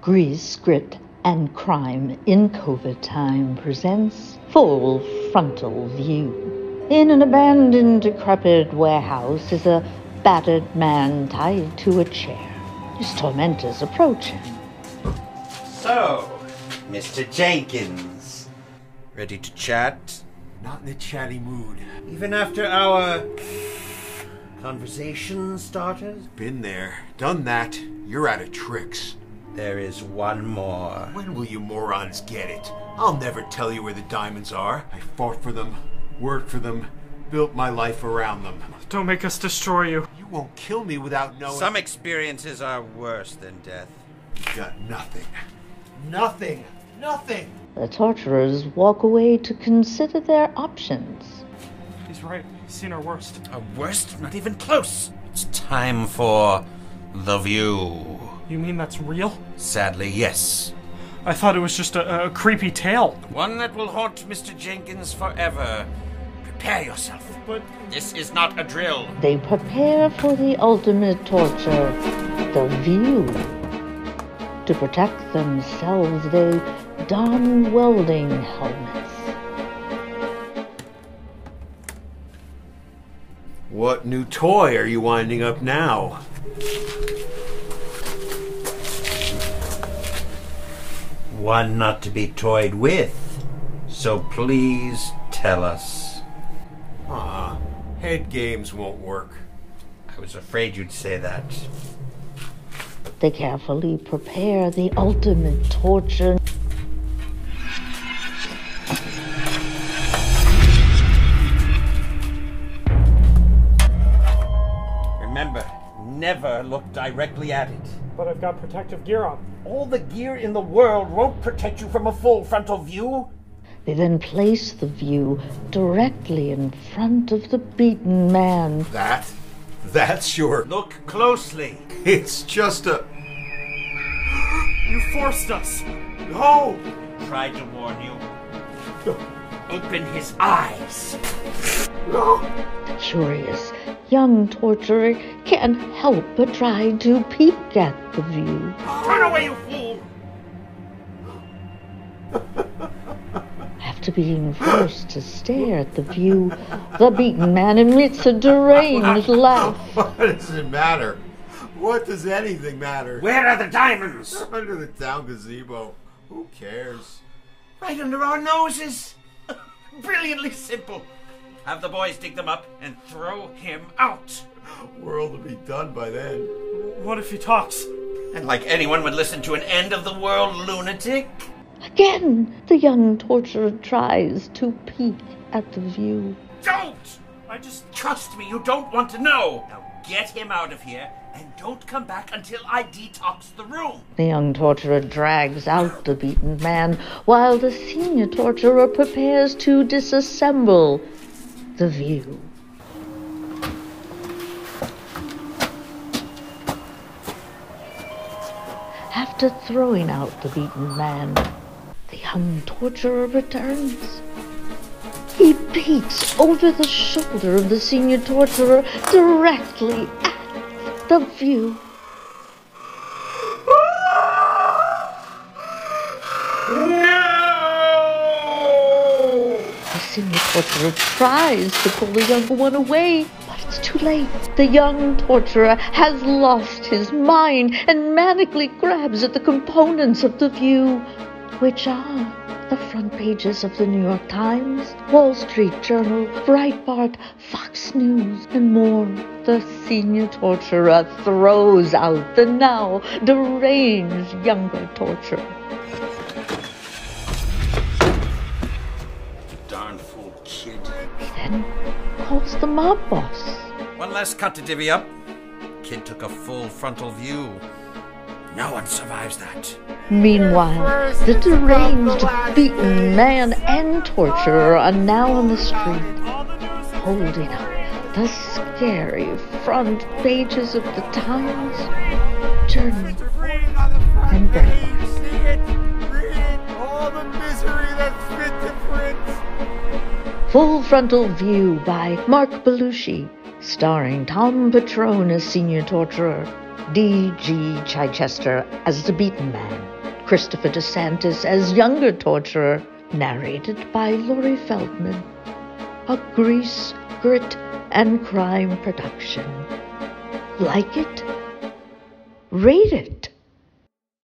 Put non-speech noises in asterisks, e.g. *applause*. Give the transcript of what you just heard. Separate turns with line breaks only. Grease, Grit, and Crime in COVID Time presents Full Frontal View. In an abandoned, decrepit warehouse is a battered man tied to a chair. His tormentors approach him.
So, Mr. Jenkins, ready to chat?
Not in the chatty mood.
Even after our conversation started?
Been there, done that. You're out of tricks.
There is one more.
When will you morons get it? I'll never tell you where the diamonds are. I fought for them, worked for them, built my life around them.
Don't make us destroy you.
You won't kill me without knowing.
Some experiences are worse than death.
You got nothing. Nothing. Nothing.
The torturers walk away to consider their options.
He's right. He's seen our worst.
Our worst? Not even close. It's time for The View.
You mean that's real?
Sadly, yes.
I thought it was just a, a creepy tale.
One that will haunt Mr. Jenkins forever. Prepare yourself.
But
This is not a drill.
They prepare for the ultimate torture the view. To protect themselves, they don welding helmets.
What new toy are you winding up now?
One not to be toyed with. So please tell us.
Ah, head games won't work.
I was afraid you'd say that.
They carefully prepare the ultimate torture.
Remember, never look directly at it.
but I've got protective gear on.
All the gear in the world won't protect you from a full frontal view.
They then place the view directly in front of the beaten man.
That? That's your.
Look closely.
It's just a.
You forced us.
No! *laughs*
Tried to warn you. Open his eyes.
No!
The curious young torturer can't help but try to peek at the view.
Turn away, you fool.
After being forced to stare at the view, the beaten man emits a deranged laugh.
What does it matter? What does anything matter?
Where are the diamonds?
Under the town gazebo. Who cares?
Right under our noses. *laughs* Brilliantly simple. Have the boys dig them up and throw him out.
World will be done by then.
What if he talks?
And like anyone would listen to an end of the world lunatic.
Again, the young torturer tries to peek at the view.
Don't!
I just.
Trust me, you don't want to know. Now get him out of here and don't come back until I detox the room.
The young torturer drags out the beaten man, while the senior torturer prepares to disassemble the view. After throwing out the beaten man, the young torturer returns. He peeks over the shoulder of the senior torturer directly at the view. The senior torturer tries to pull the younger one away, but it's too late. The young torturer has lost his mind and manically grabs at the components of the view, which are the front pages of the New York Times, Wall Street Journal, Breitbart, Fox News, and more. The senior torturer throws out the now deranged younger torturer.
Darn fool kid.
He then calls the mob boss.
One last cut to divvy up. Kid took a full frontal view. No one survives that.
Meanwhile, the deranged, beaten man and torturer are now on the street, holding up the scary front pages of the Times, Journal,
Read on the
And
front
bread.
page. See it. Read all the misery that's fit to print.
Full Frontal View by Mark Belushi, starring Tom Patrone as senior torturer, D.G. Chichester as the beaten man, Christopher DeSantis as younger torturer, narrated by Laurie Feldman. A grease, grit, and crime production. Like it? Rate it.